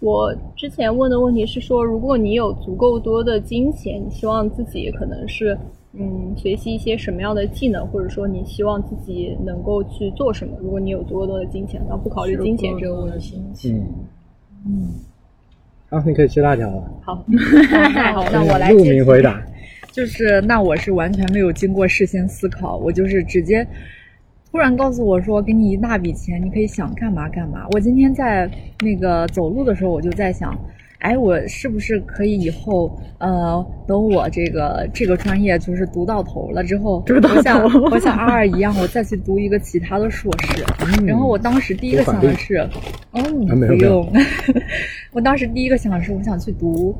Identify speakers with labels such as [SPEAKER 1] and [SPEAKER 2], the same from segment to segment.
[SPEAKER 1] 我之前问的问题是说，如果你有足够多的金钱，你希望自己可能是嗯学习一些什么样的技能，或者说你希望自己能够去做什么？如果你有足够多的金钱，然后不考虑金钱这个问题。
[SPEAKER 2] 嗯嗯，好，你可以切大条了。
[SPEAKER 1] 好，
[SPEAKER 3] 太好了，那我来
[SPEAKER 2] 陆明回答。
[SPEAKER 3] 就是那我是完全没有经过事先思考，我就是直接突然告诉我说，给你一大笔钱，你可以想干嘛干嘛。我今天在那个走路的时候，我就在想，哎，我是不是可以以后呃，等我这个这个专业就是读到头了之后，
[SPEAKER 1] 读到头
[SPEAKER 3] 我想我想二二一样，我再去读一个其他的硕士。
[SPEAKER 2] 嗯
[SPEAKER 3] 然后我当时第一个想的是，哦，你
[SPEAKER 2] 啊没有没
[SPEAKER 3] 不
[SPEAKER 2] 有
[SPEAKER 3] 用。 我当时第一个想的是，我想去读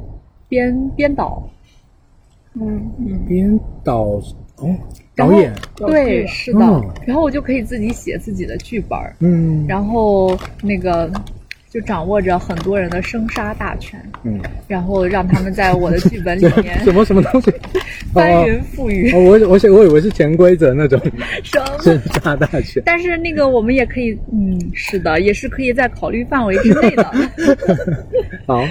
[SPEAKER 3] 编编导。
[SPEAKER 1] 嗯嗯，
[SPEAKER 2] 编导哦，导
[SPEAKER 3] 然后
[SPEAKER 2] 演，
[SPEAKER 3] 对，是的。
[SPEAKER 2] 哦
[SPEAKER 3] 然后我就可以自己写自己的剧本儿，
[SPEAKER 2] 嗯，
[SPEAKER 3] 然后那个就掌握着很多人的生杀大权，
[SPEAKER 2] 嗯，
[SPEAKER 3] 然后让他们在我的剧本里
[SPEAKER 2] 这
[SPEAKER 3] 面
[SPEAKER 2] 什么什么东西？
[SPEAKER 3] 翻云覆雨。
[SPEAKER 2] 哦，我我想我以为是潜规则那种
[SPEAKER 3] 什么？
[SPEAKER 2] 生杀大权。
[SPEAKER 3] 但是那个我们也可以，嗯，是的，也是可以在考虑范围之内的。
[SPEAKER 2] 好，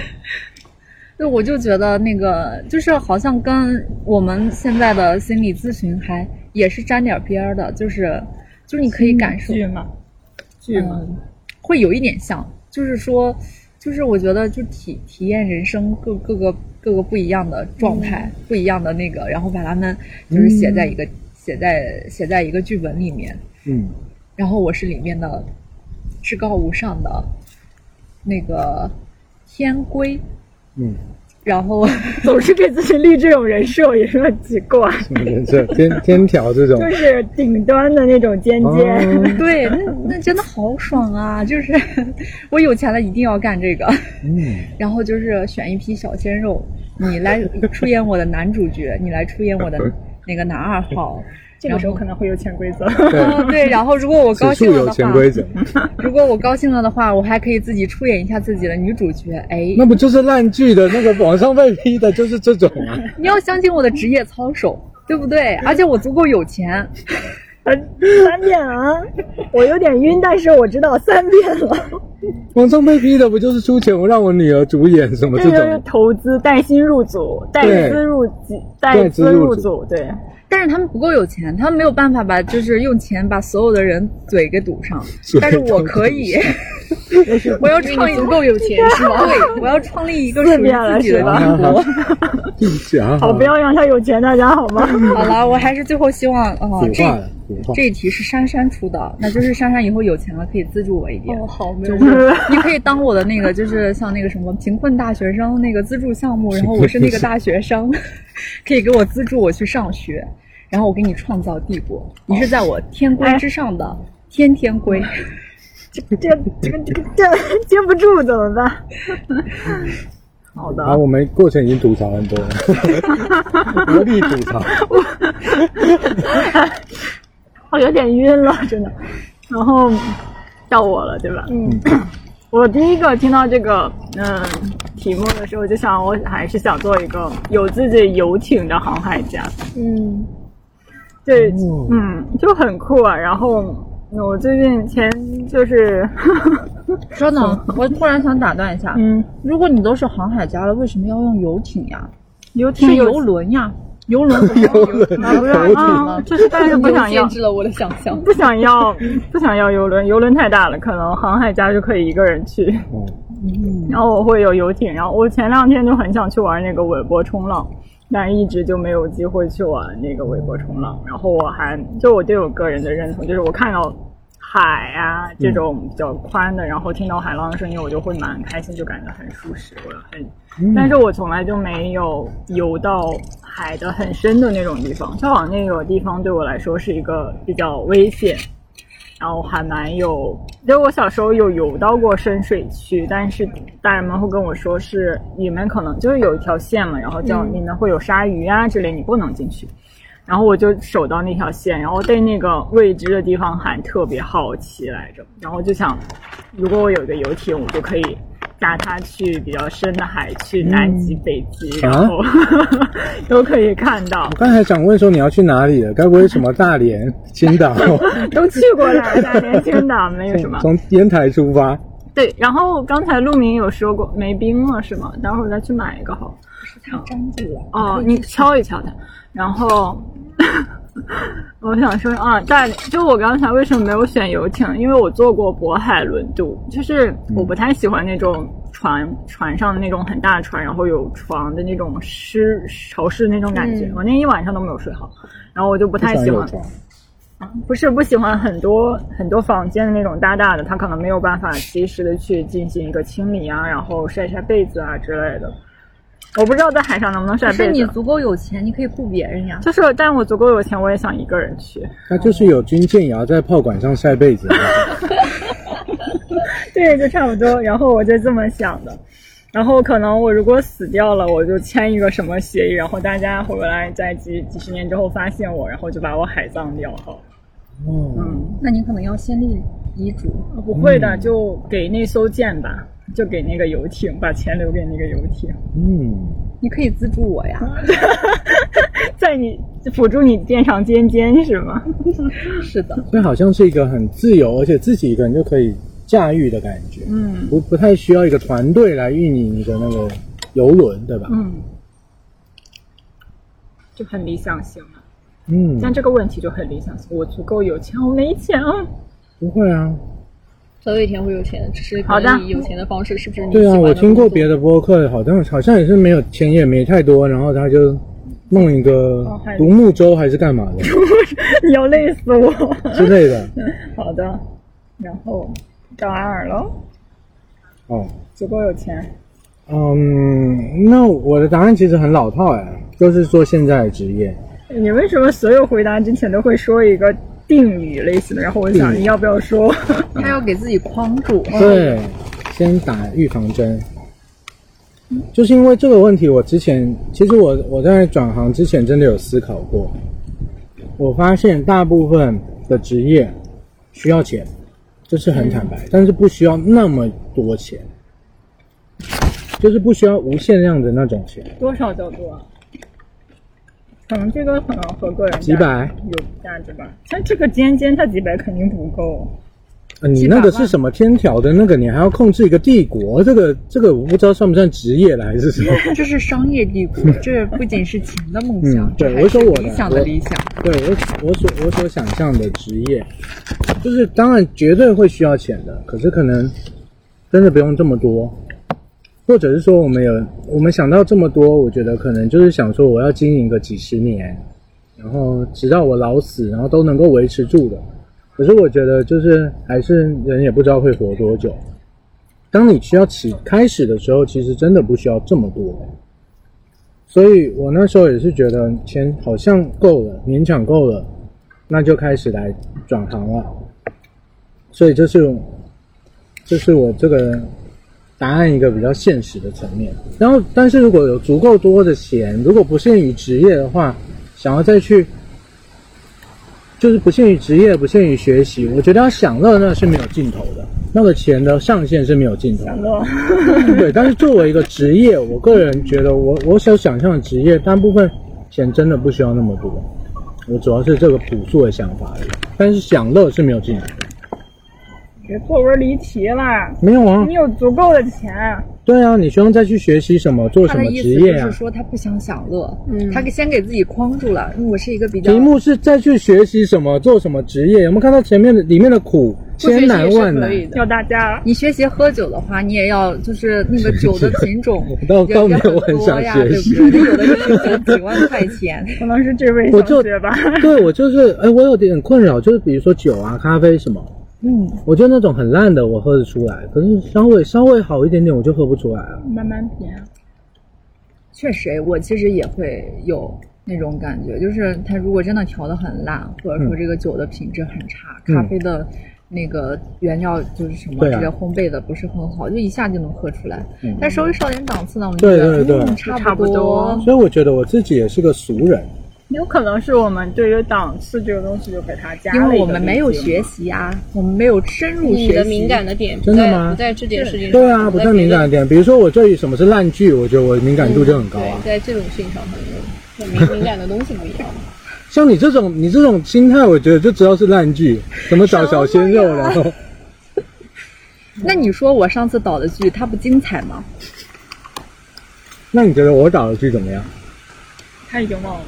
[SPEAKER 3] 对，我就觉得那个就是好像跟我们现在的心理咨询还也是沾点儿边儿的，就是就是你可以感受
[SPEAKER 1] 剧嘛，剧嘛，
[SPEAKER 3] 会有一点像，就是说，就是我觉得就体体验人生各各个各个不一样的状态、不一样的那个，然后把它们就是写在一个、写在写在一个剧本里面，
[SPEAKER 2] 嗯，
[SPEAKER 3] 然后我是里面的至高无上的那个天规，
[SPEAKER 2] 嗯，
[SPEAKER 3] 然后
[SPEAKER 4] 总是给自己立这种人设，也是很奇怪，
[SPEAKER 2] 什么人设？天天条这种，
[SPEAKER 4] 就是顶端的那种尖尖。
[SPEAKER 2] 哦，
[SPEAKER 3] 对，那那真的好爽啊！就是 我有钱了一定要干这个。
[SPEAKER 2] 嗯，
[SPEAKER 3] 然后就是选一批小鲜肉，你来出演我的男主 角，你来出演我的那个男二号。
[SPEAKER 1] 这个时候可能会有潜规则。
[SPEAKER 2] 对，
[SPEAKER 3] 哦，对，然后如果我
[SPEAKER 2] 此处
[SPEAKER 3] 高兴了
[SPEAKER 2] 有
[SPEAKER 3] 的
[SPEAKER 2] 潜
[SPEAKER 3] 话，
[SPEAKER 2] 规则，
[SPEAKER 3] 如果我高兴了的话，我还可以自己出演一下自己的女主角。哎，
[SPEAKER 2] 那不就是烂剧的那个网上被批的，就是这种啊？
[SPEAKER 3] 你要相信我的职业操守，对不对？
[SPEAKER 2] 嗯
[SPEAKER 3] 而且我足够有钱，
[SPEAKER 4] 呃三遍啊，我有点晕，但是我知道三遍了。
[SPEAKER 2] 网上被批的不就是出钱我让我女儿主演什么
[SPEAKER 4] 这就
[SPEAKER 2] 这
[SPEAKER 4] 是
[SPEAKER 2] 种？
[SPEAKER 4] 投资带薪入组，带资入集，带资入组，对，
[SPEAKER 3] 但是他们不够有钱，他们没有办法把就是用钱把所有的人嘴给堵上
[SPEAKER 2] 嘴，
[SPEAKER 3] 但是我可以，我要创立
[SPEAKER 1] 足够有钱
[SPEAKER 3] 是 吧？对，我要创立一个
[SPEAKER 4] 四
[SPEAKER 3] 属于
[SPEAKER 4] 遍了
[SPEAKER 3] 自己的
[SPEAKER 4] 是吧
[SPEAKER 3] 帝国。
[SPEAKER 2] 地讲
[SPEAKER 4] 好，不要让他有钱，大家好吗？
[SPEAKER 3] 好了，我还是最后希望哦，
[SPEAKER 2] 腐
[SPEAKER 3] 这
[SPEAKER 2] 化了，腐化。
[SPEAKER 3] 这一题是珊珊出的，那就是珊珊以后有钱了可以资助我一点。
[SPEAKER 1] 哦，好，没有
[SPEAKER 3] 就
[SPEAKER 1] 问题。
[SPEAKER 3] 是你可以当我的那个，就是像那个什么贫困大学生那个资助项目，然后我是那个大学生， 可以给我资助我去上学，然后我给你创造帝国，你是在我天规之上的天天规。
[SPEAKER 4] 这这这这这接不住怎么办？
[SPEAKER 3] 好的，
[SPEAKER 2] 啊，我们过程已经吐槽 很多了，无力吐槽。
[SPEAKER 4] 我有点晕了，真的。然后到我了，对吧？嗯。我第一个听到这个嗯题目的时候，我就想我还是想做一个有自己游艇的航海家。
[SPEAKER 1] 嗯，
[SPEAKER 4] 对，
[SPEAKER 2] 哦
[SPEAKER 4] 嗯，就很酷啊。然后嗯我最近前就是，
[SPEAKER 3] 稍等，我突然想打断一下，
[SPEAKER 4] 嗯，
[SPEAKER 3] 如果你都是航海家了，为什么要用游艇呀？
[SPEAKER 4] 游艇
[SPEAKER 3] 是
[SPEAKER 4] 有
[SPEAKER 3] 游轮呀，游轮怎么用 游
[SPEAKER 2] 游轮
[SPEAKER 4] 啊，不是
[SPEAKER 2] 游艇
[SPEAKER 4] 啊，就是但是不想要哦
[SPEAKER 1] 限，制了我的想象。
[SPEAKER 4] 不想要， 不想要游轮，游轮太大了，可能航海家就可以一个人去。
[SPEAKER 2] 哦
[SPEAKER 4] 然后我会有游艇，然后我前两天就很想去玩那个尾波冲浪，但一直就没有机会去玩那个尾波冲浪。然后我还就我对我个人的认同，就是我看到海啊这种比较宽的，然后听到海浪的声音，我就会蛮开心，就感觉很舒适，我很
[SPEAKER 2] 嗯
[SPEAKER 4] 但是我从来就没有游到海的很深的那种地方，就好像那个地方对我来说是一个比较危险，然后还蛮有，因为我小时候有游到过深水区，但是大人们会跟我说是里面可能就是有一条线嘛，然后叫里面会有鲨鱼啊之类，你不能进去。然后我就守到那条线，然后对那个未知的地方还特别好奇来着，然后就想，如果我有一个游艇，我就可以搭它去比较深的海，去南极、北极，然后、 都可以看到
[SPEAKER 2] 我，刚才想问说你要去哪里了？该不会什么 大连、青岛，
[SPEAKER 4] 都去过了，大连、青岛没有什么。
[SPEAKER 2] 从烟台出发？
[SPEAKER 4] 对，然后刚才陆明有说过没冰了是吗？待会儿再去买一个好了。
[SPEAKER 3] 太粘住了。
[SPEAKER 4] 哦，你敲一敲它，然后 我想说啊，但就我刚才为什么没有选游艇？因为我坐过渤海轮渡，就是我不太喜欢那种船、船上的那种很大船，然后有床的那种湿潮湿那种感觉。
[SPEAKER 1] 嗯
[SPEAKER 4] 我那一晚上都没有睡好，然后我就不
[SPEAKER 2] 不
[SPEAKER 4] 太
[SPEAKER 2] 想
[SPEAKER 4] 喜
[SPEAKER 2] 有
[SPEAKER 4] 欢，
[SPEAKER 2] 床，
[SPEAKER 4] 不是不喜欢很多很多房间的那种大大的，它可能没有办法及时的去进行一个清理啊，然后晒晒被子啊之类的。我不知道在海上能不能晒
[SPEAKER 3] 可
[SPEAKER 4] 被子。啊
[SPEAKER 3] 是你足够有钱，你可以雇别人呀。
[SPEAKER 4] 就是，但我足够有钱，我也想一个人去。
[SPEAKER 2] 那就是有军舰也要在炮管上晒被子。
[SPEAKER 4] 对，就差不多。然后我就这么想的。然后可能我如果死掉了，我就签一个什么协议，然后大家回来在几几十年之后发现我，然后就把我海葬掉。好了，
[SPEAKER 2] 哦，
[SPEAKER 4] 嗯，
[SPEAKER 3] 那你可能要先立遗嘱。
[SPEAKER 4] 不会的，就给那艘舰吧，就给那个游艇，把钱留给那个游艇，
[SPEAKER 2] 嗯，
[SPEAKER 3] 你可以资助我呀。
[SPEAKER 4] 在你辅助你垫上尖尖是吗？
[SPEAKER 3] 是的，
[SPEAKER 2] 所以好像是一个很自由，而且自己一个人就可以驾驭的感觉，
[SPEAKER 4] 嗯
[SPEAKER 2] 不不太需要一个团队来运营你的那个游轮，对吧？
[SPEAKER 4] 嗯，就很理想型嘛。
[SPEAKER 2] 嗯，
[SPEAKER 4] 但这个问题就很理想型，我足够有钱，我没钱啊。
[SPEAKER 2] 不会啊。
[SPEAKER 1] 总有一天会有钱的，嗯只是
[SPEAKER 4] 好
[SPEAKER 1] 可
[SPEAKER 4] 的
[SPEAKER 1] 能以有钱的方式，是不是你
[SPEAKER 2] 对
[SPEAKER 1] 喜
[SPEAKER 2] 啊，
[SPEAKER 1] 欢
[SPEAKER 2] 我听过
[SPEAKER 1] 工作
[SPEAKER 2] 别的播客，好像好像也是没有钱也没太多，然后他就弄一个
[SPEAKER 4] 哦还有
[SPEAKER 2] 独木舟还是干嘛的
[SPEAKER 4] 你要累死我。
[SPEAKER 2] 之类的。
[SPEAKER 4] 好的，然后找阿尔喽，
[SPEAKER 2] 哦，
[SPEAKER 4] 足够有钱。
[SPEAKER 2] 嗯，那我的答案其实很老套哎，就是说现在的职业，
[SPEAKER 4] 你为什么所有回答之前都会说一个定语类型的？然后我想
[SPEAKER 2] 定语
[SPEAKER 4] 你要不要 说？
[SPEAKER 3] 他要给自己框住。哦
[SPEAKER 2] 对，先打预防针。就是因为这个问题，我之前其实我我在转行之前真的有思考过，我发现大部分的职业需要钱，这是很坦白，但是不需要那么多钱，就是不需要无限量的那种钱，
[SPEAKER 4] 多少叫做？可能这个可能和个人
[SPEAKER 2] 几百。
[SPEAKER 4] 有价值吧，像这个尖尖，它几百肯定不够。
[SPEAKER 2] 呃你
[SPEAKER 3] 几百
[SPEAKER 2] 那个
[SPEAKER 3] 万
[SPEAKER 2] 是什么天条的那个？你还要控制一个帝国？这个这个我不知道算不算职业了还是什么？
[SPEAKER 3] 这是商业帝 国，这不仅是钱的梦想，
[SPEAKER 2] 嗯对
[SPEAKER 3] 这还
[SPEAKER 2] 我
[SPEAKER 3] 是
[SPEAKER 2] 说我的
[SPEAKER 3] 理想的
[SPEAKER 2] 我
[SPEAKER 3] 理想。
[SPEAKER 2] 对我我所我所想象的职业，就是当然绝对会需要钱的，可是可能真的不用这么多，或者是说我们有我们想到这么多，我觉得可能就是想说我要经营个几十年，然后直到我老死，然后都能够维持住的。可是我觉得就是还是人也不知道会活多久。当你需要起开始的时候，其实真的不需要这么多。所以我那时候也是觉得钱好像够了，勉强够了，那就开始来转行了。所以这是，这是我这个答案一个比较现实的层面。然后，但是如果有足够多的钱，如果不限于职业的话，想要再去，就是不限于职业，不限于学习，我觉得要享乐那是没有尽头的，那个钱的上限是没有尽头的。
[SPEAKER 4] 乐，
[SPEAKER 2] 对，但是作为一个职业，我个人觉得我我所想象的职业，大部分钱真的不需要那么多。我主要是这个朴素的想法而已。但是享乐是没有进来的，
[SPEAKER 4] 别作文离题啦。
[SPEAKER 2] 没有啊
[SPEAKER 4] 你？有足够的钱，
[SPEAKER 2] 对啊，你需要再去学习什么，做
[SPEAKER 3] 他
[SPEAKER 2] 什
[SPEAKER 3] 的
[SPEAKER 2] 么
[SPEAKER 3] 意
[SPEAKER 2] 职
[SPEAKER 3] 思
[SPEAKER 2] 业
[SPEAKER 3] 就
[SPEAKER 2] 啊
[SPEAKER 3] 是？说他不想享乐，
[SPEAKER 1] 嗯
[SPEAKER 3] 他先给自己框住了。因为我是一个比较
[SPEAKER 2] 题目是再去学习什么，做什么职业？有没有看到前面的里面的苦，
[SPEAKER 3] 不学习
[SPEAKER 2] 千难
[SPEAKER 3] 也是
[SPEAKER 2] 万
[SPEAKER 3] 可
[SPEAKER 2] 难？
[SPEAKER 3] 以
[SPEAKER 4] 要
[SPEAKER 3] 的。
[SPEAKER 4] 大家
[SPEAKER 3] 你学习喝酒的话，你也要就是那个酒的品种
[SPEAKER 2] 我倒
[SPEAKER 3] 也
[SPEAKER 2] 倒
[SPEAKER 3] 也
[SPEAKER 2] 没有
[SPEAKER 3] 很
[SPEAKER 2] 很
[SPEAKER 3] 多
[SPEAKER 2] 想
[SPEAKER 3] 呀，
[SPEAKER 2] 学
[SPEAKER 3] 对
[SPEAKER 2] 习
[SPEAKER 3] 不对？有的是值几万块钱，
[SPEAKER 4] 可能是这位
[SPEAKER 2] 我
[SPEAKER 4] 同
[SPEAKER 2] 就
[SPEAKER 4] 学吧。
[SPEAKER 2] 对我就是，哎，我有点困扰，就是比如说酒啊、咖啡什么，
[SPEAKER 3] 嗯，
[SPEAKER 2] 我觉得那种很烂的我喝得出来，可是稍微稍微好一点点我就喝不出来了。
[SPEAKER 4] 慢慢品啊，
[SPEAKER 3] 确实，我其实也会有那种感觉，就是它如果真的调的很烂，或者说
[SPEAKER 2] 嗯
[SPEAKER 3] 这个酒的品质很差，
[SPEAKER 2] 嗯
[SPEAKER 3] 咖啡的那个原料就是什么
[SPEAKER 2] 对啊
[SPEAKER 3] 这些烘焙的不是很好，就一下就能喝出来。
[SPEAKER 2] 嗯
[SPEAKER 3] 但稍微少点档次呢，我们就觉
[SPEAKER 2] 对
[SPEAKER 3] 得
[SPEAKER 2] 对对
[SPEAKER 3] 嗯差
[SPEAKER 4] 差不多
[SPEAKER 2] 所以我觉得我自己也是个俗人，
[SPEAKER 4] 有可能是我们对于档次这个东西就给它加了一
[SPEAKER 3] 因
[SPEAKER 4] 个
[SPEAKER 3] 为我们没有
[SPEAKER 4] 滤镜
[SPEAKER 3] 学习啊，我们没有深入学习。
[SPEAKER 1] 你的敏感的点不
[SPEAKER 2] 真的
[SPEAKER 1] 在
[SPEAKER 2] 吗
[SPEAKER 1] 不在这件事情上，
[SPEAKER 2] 对啊，不太敏感的点，比如说我对于什么是烂剧，我觉得我敏感度就很高啊
[SPEAKER 1] 对，。在这种事情上很敏敏感的东西不一样。
[SPEAKER 2] 像你这种你这种心态，我觉得就知道是烂剧，什么找小鲜肉，然后
[SPEAKER 3] 那你说我上次导的剧，它不精彩吗？
[SPEAKER 2] 那你觉得我导的剧怎么样？
[SPEAKER 4] 他已经忘了。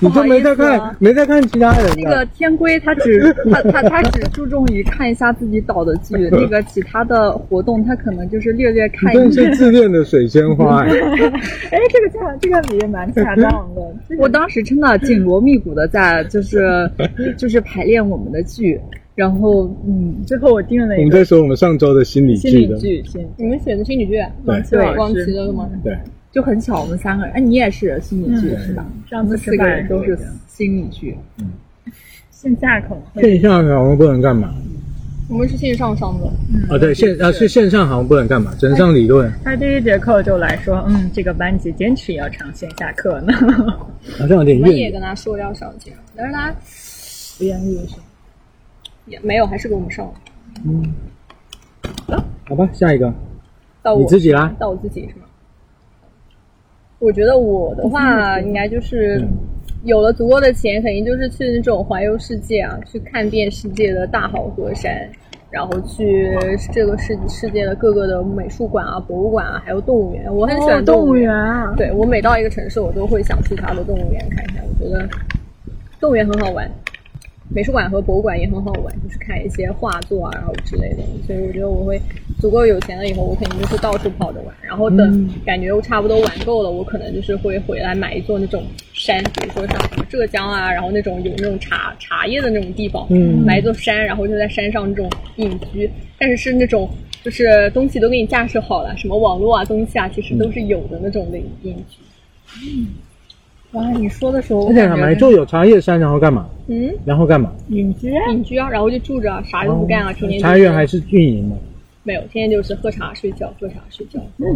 [SPEAKER 2] 你
[SPEAKER 3] 不
[SPEAKER 2] 就
[SPEAKER 3] 好
[SPEAKER 2] 没
[SPEAKER 3] 意
[SPEAKER 2] 在
[SPEAKER 3] 思
[SPEAKER 2] 看，
[SPEAKER 3] 啊
[SPEAKER 2] 没在看其他人啊的。
[SPEAKER 3] 那个天规他只他他他只注重于看一下自己导的 剧，那个其他的活动他可能就是略略
[SPEAKER 2] 你
[SPEAKER 3] 看
[SPEAKER 2] 真
[SPEAKER 3] 一下。
[SPEAKER 2] 是自恋的水仙花、哎。
[SPEAKER 4] 哎，这个恰这个比喻蛮恰 当的。这个
[SPEAKER 3] 我当时真的紧锣密鼓的在就是就是排练我们的剧，然后嗯，
[SPEAKER 4] 最后我定了
[SPEAKER 2] 我
[SPEAKER 4] 一
[SPEAKER 2] 们
[SPEAKER 4] 个
[SPEAKER 2] 在说我们上周的心理
[SPEAKER 4] 心
[SPEAKER 2] 剧
[SPEAKER 4] 理
[SPEAKER 2] 的，
[SPEAKER 4] 剧，心理剧
[SPEAKER 1] 你们选的心理剧，
[SPEAKER 2] 对
[SPEAKER 4] 对
[SPEAKER 1] 忘记了吗？
[SPEAKER 2] 对，
[SPEAKER 3] 就很巧我们三个人，哎，你也是心理剧、
[SPEAKER 2] 嗯
[SPEAKER 3] 是吧？我
[SPEAKER 4] 上次
[SPEAKER 3] 们
[SPEAKER 4] 吃
[SPEAKER 3] 四个
[SPEAKER 4] 饭
[SPEAKER 3] 人都是
[SPEAKER 4] 的时候
[SPEAKER 3] 心理剧，
[SPEAKER 4] 线下可能会
[SPEAKER 2] 线下好像不能干嘛？
[SPEAKER 1] 我们是线上上的，
[SPEAKER 2] 啊，对，线啊是线上好像不能干嘛？只能上理论，
[SPEAKER 4] 他第一节课就来说，嗯，这个班级坚持要上线下课呢，
[SPEAKER 3] 哦
[SPEAKER 2] 好像有点
[SPEAKER 1] 我们也
[SPEAKER 2] 远。
[SPEAKER 1] 跟他说要上线，但是他
[SPEAKER 4] 不愿意是吧
[SPEAKER 1] 也没有，还是给我们上了。
[SPEAKER 2] 好吧，下一个
[SPEAKER 1] 到我
[SPEAKER 2] 你自己啦。
[SPEAKER 1] 到我自己是吗？我觉得我的话应该就是
[SPEAKER 2] 嗯
[SPEAKER 1] 有了足够的钱，肯定就是去那种环游世界啊，去看遍世界的大好河山，然后去这个世世界的各个的美术馆啊、博物馆啊，还有动物园。我很喜欢
[SPEAKER 4] 哦动
[SPEAKER 1] 物
[SPEAKER 4] 物园啊，
[SPEAKER 1] 对我每到一个城市，我都会想去它的动物园看一看。我觉得动物园很好玩，美术馆和博物馆也很好玩，就是看一些画作啊，然后之类的。所以我觉得我会足够有钱了以后，我肯定就是到处跑着玩。然后等感觉我差不多玩够了，我可能就是会回来买一座那种山，比如说像什么浙江啊，然后那种有那种茶茶叶的那种地方，
[SPEAKER 2] 嗯
[SPEAKER 1] 买一座山，然后就在山上这种隐居，但是是那种就是东西都给你架设好了，什么网络啊、东西啊，其实都
[SPEAKER 2] 嗯
[SPEAKER 1] 是有的那种的隐居。
[SPEAKER 3] 哇，你说的时候，我
[SPEAKER 2] 而且
[SPEAKER 3] 感
[SPEAKER 2] 还
[SPEAKER 3] 觉
[SPEAKER 2] 买就有茶叶山，然后干嘛？
[SPEAKER 1] 嗯，
[SPEAKER 2] 然后干嘛？
[SPEAKER 4] 隐居啊，
[SPEAKER 1] 隐居啊，然后就住着啊，啥都不干啊，天天就是
[SPEAKER 2] 哦茶园还是运营嘛？
[SPEAKER 1] 没有，天天就是喝茶睡觉，喝茶睡觉。
[SPEAKER 2] 哦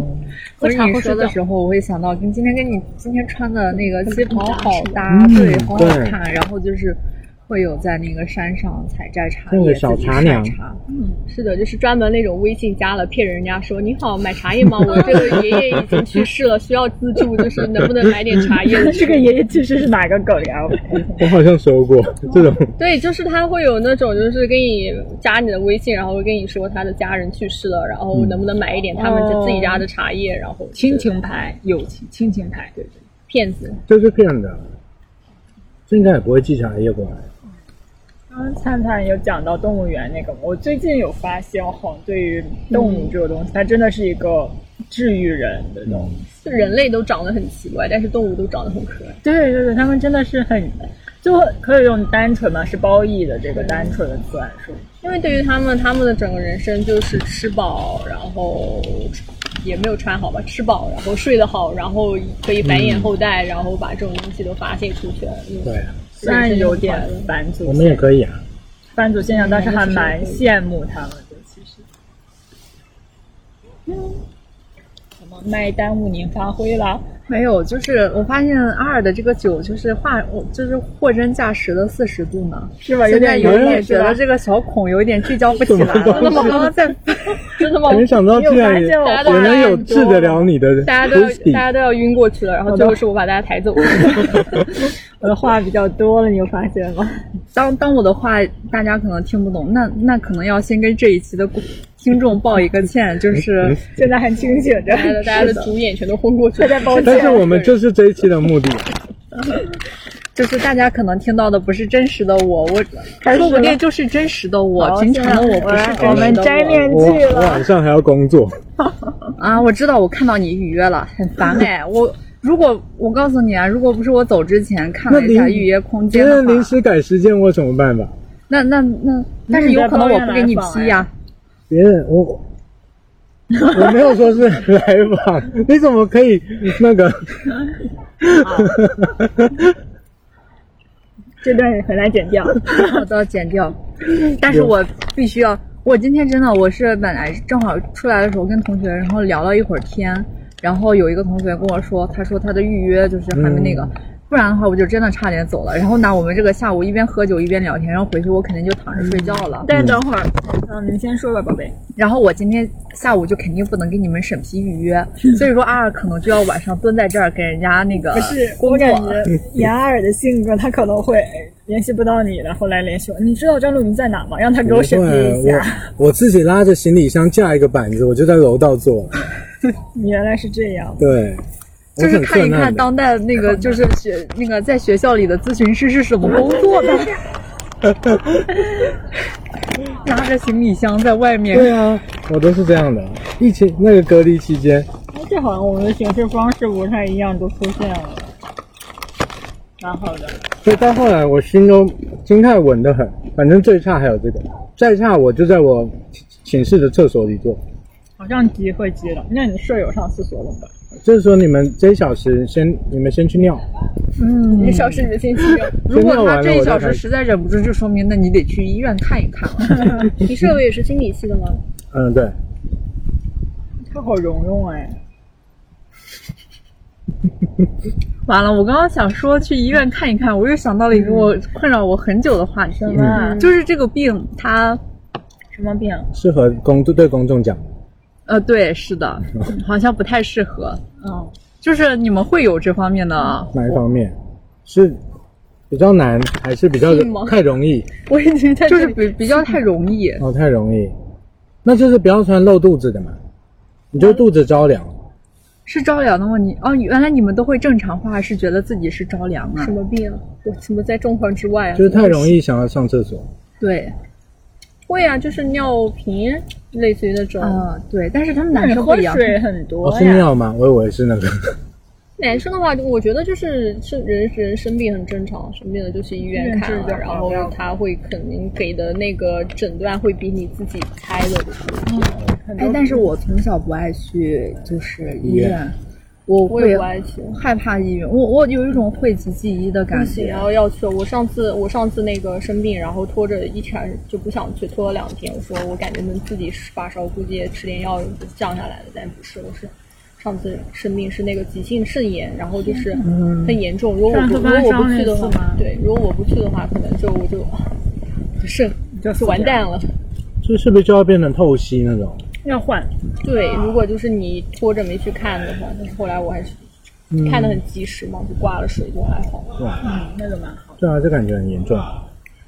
[SPEAKER 3] 和
[SPEAKER 1] 喝茶
[SPEAKER 3] 你
[SPEAKER 1] 或
[SPEAKER 3] 说
[SPEAKER 1] 睡
[SPEAKER 3] 的
[SPEAKER 1] 觉。
[SPEAKER 3] 时候，我会想到跟今天跟你今天穿的那个旗袍好搭，
[SPEAKER 2] 嗯
[SPEAKER 3] 对，很好
[SPEAKER 2] 对
[SPEAKER 3] 看。然后就是会有在那个山上采摘茶
[SPEAKER 2] 那个
[SPEAKER 3] 叶，
[SPEAKER 2] 小
[SPEAKER 3] 自己
[SPEAKER 2] 茶
[SPEAKER 3] 晒
[SPEAKER 2] 娘
[SPEAKER 3] 茶
[SPEAKER 1] 是的，就是专门那种微信加了骗人家说你好买茶叶吗？我这个爷爷已经去世了，需要资助，就是能不能买点茶叶？
[SPEAKER 4] 这个爷爷去世是哪个梗呀？我
[SPEAKER 2] 我好像 收过这种，
[SPEAKER 1] 对，就是他会有那种，就是给你加你的微信，然后跟你说他的家人去世了，然后能不能买一点他们家自己家的茶叶，然后
[SPEAKER 4] 亲情牌，友情亲情牌，对对。
[SPEAKER 1] 骗子。
[SPEAKER 2] 这是骗的。这应该也不会寄茶叶过来。
[SPEAKER 4] 刚刚灿灿有讲到动物园那个嘛，我最近有发现，我好像对于动物这个东西，它真的是一个治愈人的东西。
[SPEAKER 1] 就人类都长得很奇怪，但是动物都长得很可爱。
[SPEAKER 4] 对对对，他们真的是很，就可以用单纯嘛，是褒义的这个单纯的词来说。
[SPEAKER 1] 因为对于他们，他们的整个人生就是吃饱，然后也没有穿好吧，吃饱，然后睡得好，然后可以繁衍后代，然后把这种东西都发泄出去了。嗯
[SPEAKER 2] 对，啊，
[SPEAKER 4] 虽然有点返祖
[SPEAKER 2] 我，们也可以啊。
[SPEAKER 4] 返祖现象，但是还蛮羡慕他们的。其实，嗯，什么麦耽误您发挥了？
[SPEAKER 3] 没有，就是我发现二的这个酒就是化，我就是货真价实的四十度呢。
[SPEAKER 4] 是吧？有
[SPEAKER 3] 现在
[SPEAKER 4] 点
[SPEAKER 3] 有
[SPEAKER 4] 犹豫
[SPEAKER 3] 点觉
[SPEAKER 4] 是吧
[SPEAKER 3] 得这个小孔有一点聚焦不起来了。
[SPEAKER 2] 怎么
[SPEAKER 3] 我刚刚 在
[SPEAKER 1] 真的吗？
[SPEAKER 2] 没想到
[SPEAKER 4] 你有
[SPEAKER 2] 居然
[SPEAKER 4] 发
[SPEAKER 2] 也
[SPEAKER 4] 现我
[SPEAKER 1] 大家都
[SPEAKER 2] 也能
[SPEAKER 1] 爱
[SPEAKER 2] 有
[SPEAKER 1] 很
[SPEAKER 2] 治
[SPEAKER 1] 多
[SPEAKER 2] 得了你的
[SPEAKER 1] 大家都要
[SPEAKER 2] whisky
[SPEAKER 1] 大家都要晕过去了，然后最后是我把大家抬走了。
[SPEAKER 4] 我的话比较多了，你有发现吗？
[SPEAKER 3] 当当我的话大家可能听不懂，那那可能要先跟这一期的听众抱一个歉，
[SPEAKER 2] 嗯
[SPEAKER 3] 就是
[SPEAKER 4] 现在还清醒着
[SPEAKER 1] 大家，的大家的主演全都昏过去
[SPEAKER 4] 他
[SPEAKER 1] 了。
[SPEAKER 4] 在抱歉
[SPEAKER 2] 但。是我们就是这一期的目的，
[SPEAKER 3] 就是大家可能听到的不是真实的我，我
[SPEAKER 4] 开始了
[SPEAKER 3] 说不定就是真实的我，
[SPEAKER 4] 好
[SPEAKER 3] 平常的我不
[SPEAKER 4] 我
[SPEAKER 3] 是真
[SPEAKER 4] 们
[SPEAKER 3] 实的
[SPEAKER 4] 摘面
[SPEAKER 2] 我
[SPEAKER 4] 具
[SPEAKER 2] 我
[SPEAKER 4] 了
[SPEAKER 2] 晚。上还要工作。
[SPEAKER 3] 啊！我知道，我看到你预约了，很烦哎。我如果我告诉你啊，如果不是我走之前看了一
[SPEAKER 2] 那
[SPEAKER 3] 下
[SPEAKER 2] 临
[SPEAKER 3] 预约空
[SPEAKER 2] 别
[SPEAKER 3] 间的
[SPEAKER 2] 人
[SPEAKER 3] 话，
[SPEAKER 2] 临时改时间，我有什么办法？
[SPEAKER 3] 那那那，但是
[SPEAKER 4] 你在
[SPEAKER 3] 有可能
[SPEAKER 4] 抱
[SPEAKER 3] 我
[SPEAKER 4] 怨
[SPEAKER 3] 不给你
[SPEAKER 4] 来访
[SPEAKER 3] 批呀、
[SPEAKER 2] 别 人我我没有说是来访，你怎么可以那个？
[SPEAKER 4] 这段很难剪 掉。
[SPEAKER 3] 我 都要剪掉。但是我必须要，我今天真的我是本来正好出来的时候跟同学，然后聊了一会儿天，然后有一个同学跟我说，他说他的预约就是还没那个，不然的话我就真的差点走了。然后呢，我们这个下午一边喝酒一边聊天，然后回去我肯定就躺着睡觉了。
[SPEAKER 4] 但等会儿，嗯，你先说吧，宝贝。
[SPEAKER 3] 然后我今天下午就肯定不能给你们审批预约，所以说阿尔可能就要晚上蹲在这儿给人家那个
[SPEAKER 4] 不是，
[SPEAKER 3] 工
[SPEAKER 4] 我
[SPEAKER 3] 作
[SPEAKER 4] 感觉雅尔的性格，他可能会联系不到你的，后来联系我。你知道张鲁云在哪吗？让他给我审批一
[SPEAKER 2] 对，
[SPEAKER 4] 下。
[SPEAKER 2] 我我自己拉着行李箱架一个板子，我就在楼道坐。
[SPEAKER 4] 你原来是这样，
[SPEAKER 2] 对，我
[SPEAKER 3] 就是
[SPEAKER 2] 很
[SPEAKER 3] 看一
[SPEAKER 2] 困
[SPEAKER 3] 看
[SPEAKER 2] 难的。
[SPEAKER 3] 当代那个就是学那个在学校里的咨询师是什么工作 的，拉着行李箱在外面。
[SPEAKER 2] 对啊，我都是这样的。疫情那个隔离期间，
[SPEAKER 4] 哎，这好像我们的行事方式不太一样，都出现了，蛮好的。
[SPEAKER 2] 所以到后来我心中心态稳得很。反正最差还有这个，再差我就在我寝寝室的厕所里坐。
[SPEAKER 4] 好像急会急的，那你舍友上厕所怎么办？
[SPEAKER 2] 就是说，你们这一小时先，你们先去尿。
[SPEAKER 3] 嗯，
[SPEAKER 1] 一小时你的信息，
[SPEAKER 3] 如果
[SPEAKER 2] 先尿完
[SPEAKER 3] 他
[SPEAKER 2] 了
[SPEAKER 3] 这一
[SPEAKER 2] 我再
[SPEAKER 3] 小
[SPEAKER 2] 开
[SPEAKER 3] 时
[SPEAKER 2] 始
[SPEAKER 3] 实在忍不住，就说明那你得去医院看 一看了。
[SPEAKER 1] 你舍友也是心理系的吗？
[SPEAKER 2] 嗯，对，
[SPEAKER 4] 他好蓉蓉哎，
[SPEAKER 3] 完了，我刚刚想说去医院看一看，我又想到了一个
[SPEAKER 2] 嗯
[SPEAKER 3] 我困扰我很久的话题，
[SPEAKER 4] 么
[SPEAKER 3] 就是这个病它。
[SPEAKER 4] 什么
[SPEAKER 1] 啊
[SPEAKER 4] 病？
[SPEAKER 2] 适合公对公众讲。
[SPEAKER 3] 呃，对，是的，好像不太适合。
[SPEAKER 4] 嗯，
[SPEAKER 3] 就是你们会有这方面的
[SPEAKER 2] 哪一方面是比较难，还是比较
[SPEAKER 1] 性吗
[SPEAKER 2] 太容易？
[SPEAKER 1] 我已经
[SPEAKER 2] 嗯
[SPEAKER 1] 在
[SPEAKER 3] 就
[SPEAKER 1] 这
[SPEAKER 3] 是
[SPEAKER 1] 里
[SPEAKER 3] 比比较太容易。
[SPEAKER 2] 哦，太容易，那就是不要穿露肚子的嘛，你就肚子着凉。
[SPEAKER 3] 是着凉的吗？你哦，原来你们都会正常化，是觉得自己是着凉啊
[SPEAKER 1] 什？么病啊？我怎么在状况之外啊？
[SPEAKER 2] 就是太容易想要上厕所，
[SPEAKER 3] 对，
[SPEAKER 1] 会啊，就是尿频，类似于那种。
[SPEAKER 4] 嗯
[SPEAKER 3] 啊、对，但是他们
[SPEAKER 4] 那
[SPEAKER 3] 男
[SPEAKER 4] 你
[SPEAKER 3] 生
[SPEAKER 4] 喝
[SPEAKER 3] 不一样，
[SPEAKER 4] 水很多
[SPEAKER 2] 哦
[SPEAKER 4] 呀。
[SPEAKER 2] 是尿吗？我以为是那个，
[SPEAKER 1] 男生的话，我觉得就是是人人生病很正常，生病了就去医院看
[SPEAKER 4] 医院治
[SPEAKER 1] 了，
[SPEAKER 4] 疗
[SPEAKER 1] 然后他会肯定给的那个诊断会比你自己猜的
[SPEAKER 4] 很多
[SPEAKER 3] 哎，但是我从小不爱去，就是医
[SPEAKER 2] 医
[SPEAKER 3] 院
[SPEAKER 2] 院，
[SPEAKER 3] 我
[SPEAKER 1] 我也
[SPEAKER 4] 啊
[SPEAKER 3] 会
[SPEAKER 1] 不爱去。
[SPEAKER 3] 害怕医院，我我有一种讳疾忌医的
[SPEAKER 1] 不
[SPEAKER 3] 感
[SPEAKER 1] 行，啊
[SPEAKER 3] 觉
[SPEAKER 1] 然。后要去。我上次我上次那个生病，然后拖着一天就不想去，拖了两天。我说我感觉能自己发烧，估计也吃点药就降下来了，但不是，我是。上次生病是那个急性肾炎，然后就是很严重。如果我
[SPEAKER 4] 嗯上
[SPEAKER 1] 不
[SPEAKER 4] 次
[SPEAKER 1] 如
[SPEAKER 4] 发
[SPEAKER 1] 果我不
[SPEAKER 4] 烧
[SPEAKER 1] 去的
[SPEAKER 4] 那次
[SPEAKER 1] 话
[SPEAKER 4] 吗，
[SPEAKER 1] 对，如果我不去的话，可能就我就 就肾
[SPEAKER 4] 就死
[SPEAKER 1] 就完
[SPEAKER 4] 掉
[SPEAKER 1] 蛋了。
[SPEAKER 2] 这是不是就要变成透析那种？
[SPEAKER 4] 要换，
[SPEAKER 1] 对，如果就是你拖着没去看的话，但是后来我还是看得很及时嘛，就挂了水就还好。
[SPEAKER 4] 嗯那个蛮好。
[SPEAKER 2] 对啊，这感觉很严重。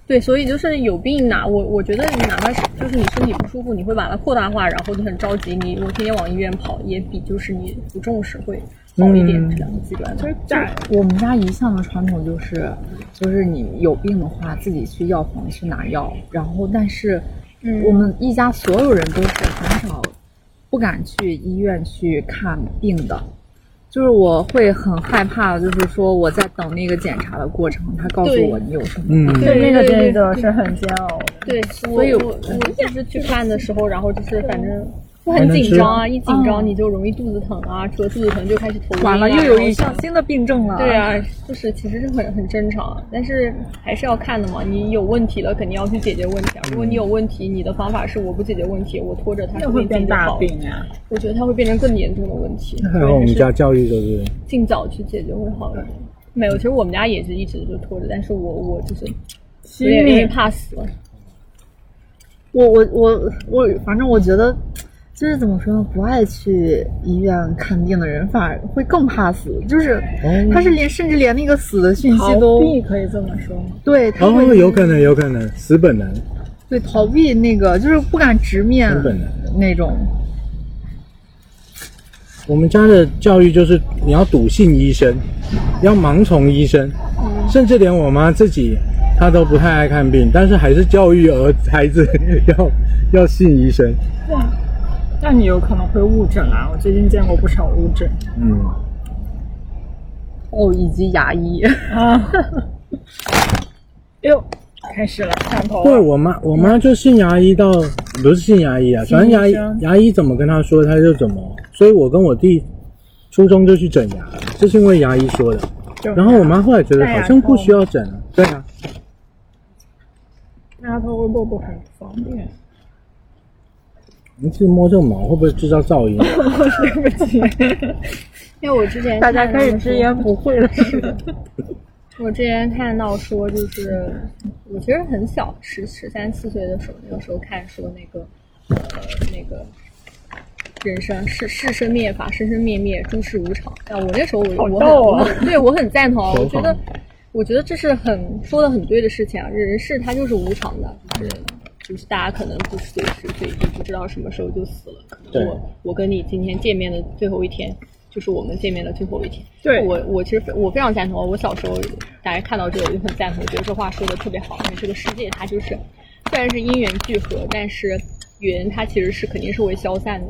[SPEAKER 1] 对，所以就是有病哪，我我觉得你哪怕是就是你身体不舒服，你会把它扩大化，然后你很着急，你我天天往医院跑，也比就是你不重视会好一点。
[SPEAKER 2] 嗯
[SPEAKER 1] 这两个极端的，
[SPEAKER 4] 在
[SPEAKER 3] 我们家一向的传统就是，就是你有病的话，自己去药房去拿药。然后，但是
[SPEAKER 1] 嗯
[SPEAKER 3] 我们一家所有人都是很少不敢去医院去看病的。就是我会很害怕，就是说我在等那个检查的过程，他告诉
[SPEAKER 1] 对
[SPEAKER 3] 我你有什么
[SPEAKER 2] 嗯
[SPEAKER 3] 病。，
[SPEAKER 1] 对
[SPEAKER 4] 那个
[SPEAKER 1] 对对
[SPEAKER 4] 真的是很煎熬的。
[SPEAKER 1] 对，所
[SPEAKER 3] 所以
[SPEAKER 1] 以我我就是去看的时候，然后就是反正。我
[SPEAKER 2] 还
[SPEAKER 1] 很
[SPEAKER 2] 能
[SPEAKER 1] 紧
[SPEAKER 2] 吃
[SPEAKER 1] 张啊，一紧
[SPEAKER 3] 哦
[SPEAKER 1] 张你就容易肚子疼啊，除了肚子疼就开始头晕、啊。
[SPEAKER 3] 完了又有一
[SPEAKER 1] 项
[SPEAKER 3] 项新的病症了。
[SPEAKER 1] 对，啊，就是其实是很很正常，啊但是还是要看的嘛。你有问题了，肯定要去解决问题啊。如果你有问题，你的方法是我不解决问题，我拖着它，
[SPEAKER 4] 那会变大
[SPEAKER 1] 肯定自己就好了
[SPEAKER 4] 病啊呀、
[SPEAKER 1] 我觉得它会变成更严重的问题，
[SPEAKER 2] 还好我们家教育就是
[SPEAKER 1] 尽早去解决会好一点。没有，其实我们家也是一直就拖着，但是我我就是
[SPEAKER 4] 心
[SPEAKER 1] 有点有
[SPEAKER 4] 里
[SPEAKER 1] 点怕死了。
[SPEAKER 3] 我我我我，反正我觉得，就是怎么说呢，不爱去医院看病的人反而会更怕死，就是
[SPEAKER 2] 哦
[SPEAKER 3] 他是连甚至连那个死的讯息
[SPEAKER 4] 逃
[SPEAKER 3] 都
[SPEAKER 4] 避可以这么说吗？
[SPEAKER 3] 对，他会、
[SPEAKER 2] 哦，有可能，有可能死本能，
[SPEAKER 3] 对逃避那个，就是不敢直面
[SPEAKER 2] 根本的
[SPEAKER 3] 那种。
[SPEAKER 2] 我们家的教育就是你要笃信医生，要盲从医生，甚至连我妈自己她都不太爱看病，但是还是教育儿孩子 要要信医生。
[SPEAKER 4] 那你有可能会误诊啊！我最近见过不少误诊
[SPEAKER 2] 嗯，
[SPEAKER 3] 哦，以及牙医，
[SPEAKER 4] 啊。哟，开始了，上头
[SPEAKER 2] 对
[SPEAKER 4] 了。
[SPEAKER 2] 我妈，我妈就信牙医到不是信牙医啊，
[SPEAKER 4] 信
[SPEAKER 2] 反正牙
[SPEAKER 4] 医
[SPEAKER 2] 医
[SPEAKER 4] 生
[SPEAKER 2] 牙医怎么跟她说她就怎么，所以我跟我弟初中就去整牙了，就是因为牙医说的。
[SPEAKER 4] 就
[SPEAKER 2] 然后我妈后来觉得
[SPEAKER 4] 戴牙
[SPEAKER 2] 好像
[SPEAKER 4] 套
[SPEAKER 2] 不需要整了，对啊，
[SPEAKER 4] 那头会不会不很方便？
[SPEAKER 2] 你自己摸这个毛会不会制造噪音？
[SPEAKER 3] 对不起，
[SPEAKER 1] 因为我之前
[SPEAKER 4] 大家可以
[SPEAKER 1] 看到
[SPEAKER 4] 直言不讳 了。
[SPEAKER 1] 我之前看到说，就是我其实很小，十十三四岁的时候，那个时候看说那个呃那个人生是是生灭法，生生灭灭，诸事无常。啊，我那时候我我
[SPEAKER 4] 好
[SPEAKER 1] 很
[SPEAKER 4] 逗
[SPEAKER 1] 我
[SPEAKER 4] 啊
[SPEAKER 1] 很对我很赞同啊，我
[SPEAKER 2] 手
[SPEAKER 1] 觉
[SPEAKER 2] 法
[SPEAKER 1] 得我觉得这是很说的很对的事情啊，人世它就是无常的，就是。就是大家可能不随时随地不知道什么时候就死了。可
[SPEAKER 2] 对
[SPEAKER 1] 能我我跟你今天见面的最后一天，就是我们见面的最后一天。
[SPEAKER 4] 对
[SPEAKER 1] 我我其实非我非常赞同。啊我小时候大家看到这个我就很赞同，我觉得这话说的特别好，因为这个世界它就是虽然是因缘聚合，但是缘它其实是肯定是会消散的。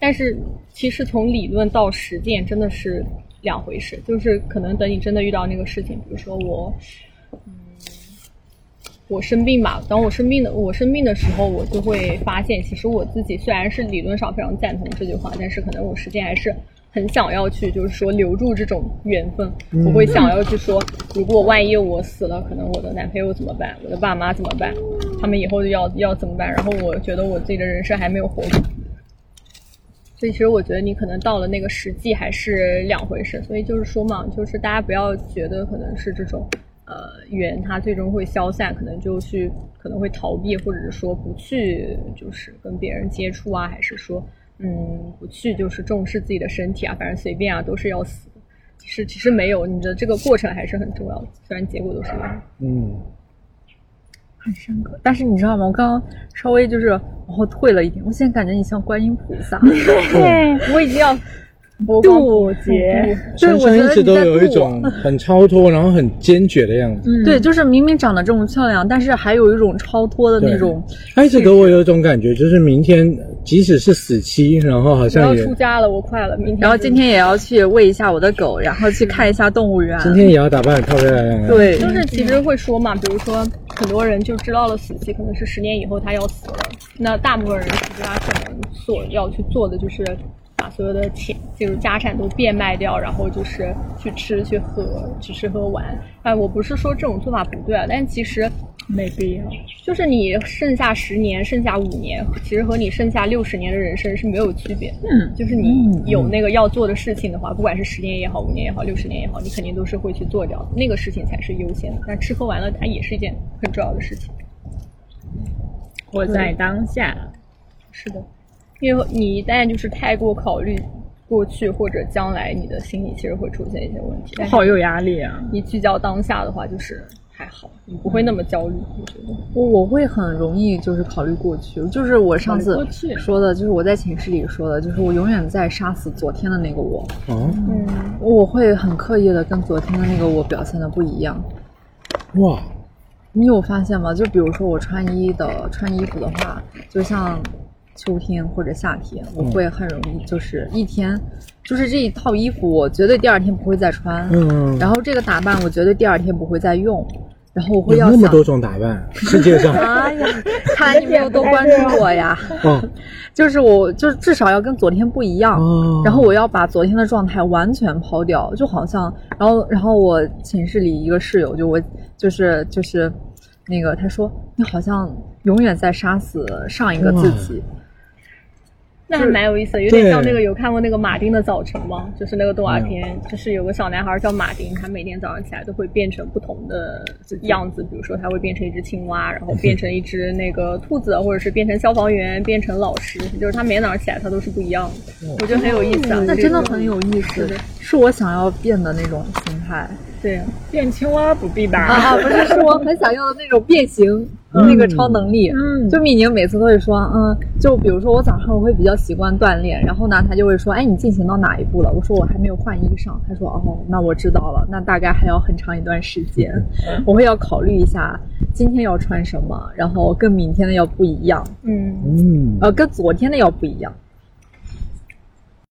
[SPEAKER 1] 但是其实从理论到实践真的是两回事，就是可能等你真的遇到那个事情，比如说我，嗯，我生病吧，当我生病的我生病的时候，我就会发现，其实我自己虽然是理论上非常赞同这句话，但是可能我实践还是。很想要去，就是说留住这种缘分，我会想要去说，如果万一我死了，可能我的男朋友怎么办？我的爸妈怎么办？他们以后要要怎么办？然后我觉得我自己的人生还没有活够，所以其实我觉得你可能到了那个实际还是两回事。所以就是说嘛，就是大家不要觉得可能是这种呃缘它最终会消散，可能就去可能会逃避，或者是说不去就是跟别人接触啊，还是说嗯不去就是重视自己的身体啊，反正随便啊都是要死的。其实其实没有，你的这个过程还是很重要的，虽然结果都是一样的。
[SPEAKER 2] 嗯，
[SPEAKER 3] 很深刻。但是你知道吗？我刚刚稍微就是往后退了一点，我现在感觉你像观音菩 萨，我已经要
[SPEAKER 4] 不
[SPEAKER 3] 渡
[SPEAKER 4] 渡劫，
[SPEAKER 3] 对，
[SPEAKER 2] 珊珊
[SPEAKER 3] 我觉
[SPEAKER 2] 一
[SPEAKER 3] 得
[SPEAKER 2] 直
[SPEAKER 3] 你
[SPEAKER 2] 都
[SPEAKER 3] 在
[SPEAKER 2] 有一
[SPEAKER 3] 渡我
[SPEAKER 2] 种很超脱，然后很坚决的样子。
[SPEAKER 3] 嗯对，就是明明长得这么漂亮，但是还有一种超脱的那
[SPEAKER 2] 对
[SPEAKER 3] 种。
[SPEAKER 2] 她一直给我有一种感觉，就是明天即使是死期，然后好
[SPEAKER 1] 我要
[SPEAKER 2] 像也
[SPEAKER 1] 出家了，我快了，明天。
[SPEAKER 3] 然后今天也要去喂一下我的狗，然后去看一下动物园。
[SPEAKER 2] 今天也要打扮得漂漂亮啊亮。，
[SPEAKER 3] 对，
[SPEAKER 1] 就是其实会说嘛，比如说很多人就知道了死期，可能是十年以后他要死了。那大部分人其实他可能所要去做的就是把所有的钱，就是家产都变卖掉，然后就是去吃去喝，去吃喝玩。哎，我不是说这种做法不对啊，但其实
[SPEAKER 4] 没必要。
[SPEAKER 1] 就是你剩下十年、剩下五年，其实和你剩下六十年的人生是没有区别。
[SPEAKER 3] 嗯，
[SPEAKER 1] 就是你有那个要做的事情的话，不管是十年也好、五年也好、六十年也好，你肯定都是会去做掉的，那个事情才是优先的。但吃喝玩乐它也是一件很重要的事情。
[SPEAKER 4] 活在当下，
[SPEAKER 1] 是的，因为你一旦就是太过考虑过去或者将来，你的心里其实会出现一些问题。但是
[SPEAKER 4] 好有压力啊！
[SPEAKER 1] 你聚焦当下的话，就是还好，你不会那么焦虑。我觉得。
[SPEAKER 3] 我我会很容易就是考虑过去，就是我上
[SPEAKER 4] 考
[SPEAKER 3] 次
[SPEAKER 4] 虑过去
[SPEAKER 3] 说的，就是我在寝室里说的，就是我永远在杀死昨天的那个我，
[SPEAKER 2] 啊，
[SPEAKER 1] 嗯，
[SPEAKER 3] 我会很刻意的跟昨天的那个我表现的不一样。
[SPEAKER 2] 哇，
[SPEAKER 3] 你有发现吗？就比如说我穿衣的穿衣服的话，就像秋天或者夏天，我
[SPEAKER 2] 嗯
[SPEAKER 3] 会很容易就是一天，就是这一套衣服，我绝对第二天不会再穿。
[SPEAKER 2] 嗯，
[SPEAKER 3] 然后这个打扮，我绝对第二天不会再用。然后我
[SPEAKER 2] 有
[SPEAKER 3] 会要
[SPEAKER 2] 那么
[SPEAKER 3] 想
[SPEAKER 2] 多，种打扮，世界 上
[SPEAKER 3] 哎呀，看来你没有多关注我呀。
[SPEAKER 2] 哦
[SPEAKER 3] 就是我，就是至少要跟昨天不一样。
[SPEAKER 2] 哦，
[SPEAKER 3] 然后我要把昨天的状态完全抛掉，就好像，然后然后我寝室里一个室友就我就是就是，那个他说你好像永远在杀死上一个自己，
[SPEAKER 1] 那还蛮有意思的，有点
[SPEAKER 2] 对
[SPEAKER 1] 像那个有看过那个马丁的早晨吗？就是那个动画片，就是有个小男孩叫马丁，他每天早上起来都会变成不同的样子，比如说他会变成一只青蛙，然后变成一只那个兔子，或者是变成消防员，变成老师，就是他每天早上起来他都是不一样的，我觉得很有意思啊，
[SPEAKER 3] 那
[SPEAKER 1] 这
[SPEAKER 3] 真的
[SPEAKER 1] 个
[SPEAKER 3] 很有意
[SPEAKER 1] 是
[SPEAKER 3] 思
[SPEAKER 1] 的，
[SPEAKER 3] 是我想要变的那种形态
[SPEAKER 1] 对。
[SPEAKER 4] 变青蛙不必
[SPEAKER 3] 啊
[SPEAKER 4] 吧？
[SPEAKER 3] 啊，不是，是我很想要的那种变形、那个超能力。
[SPEAKER 4] 嗯，
[SPEAKER 3] 就米宁每次都会说，嗯，就比如说我早上我会比较习惯锻炼，然后呢，他就会说，哎，你进行到哪一步了？我说我还没有换衣裳。他说，哦，那我知道了，那大概还要很长一段时间，我会要考虑一下今天要穿什么，然后跟明天的要不一样，
[SPEAKER 1] 嗯，
[SPEAKER 2] 嗯，
[SPEAKER 3] 呃，跟昨天的要不一样。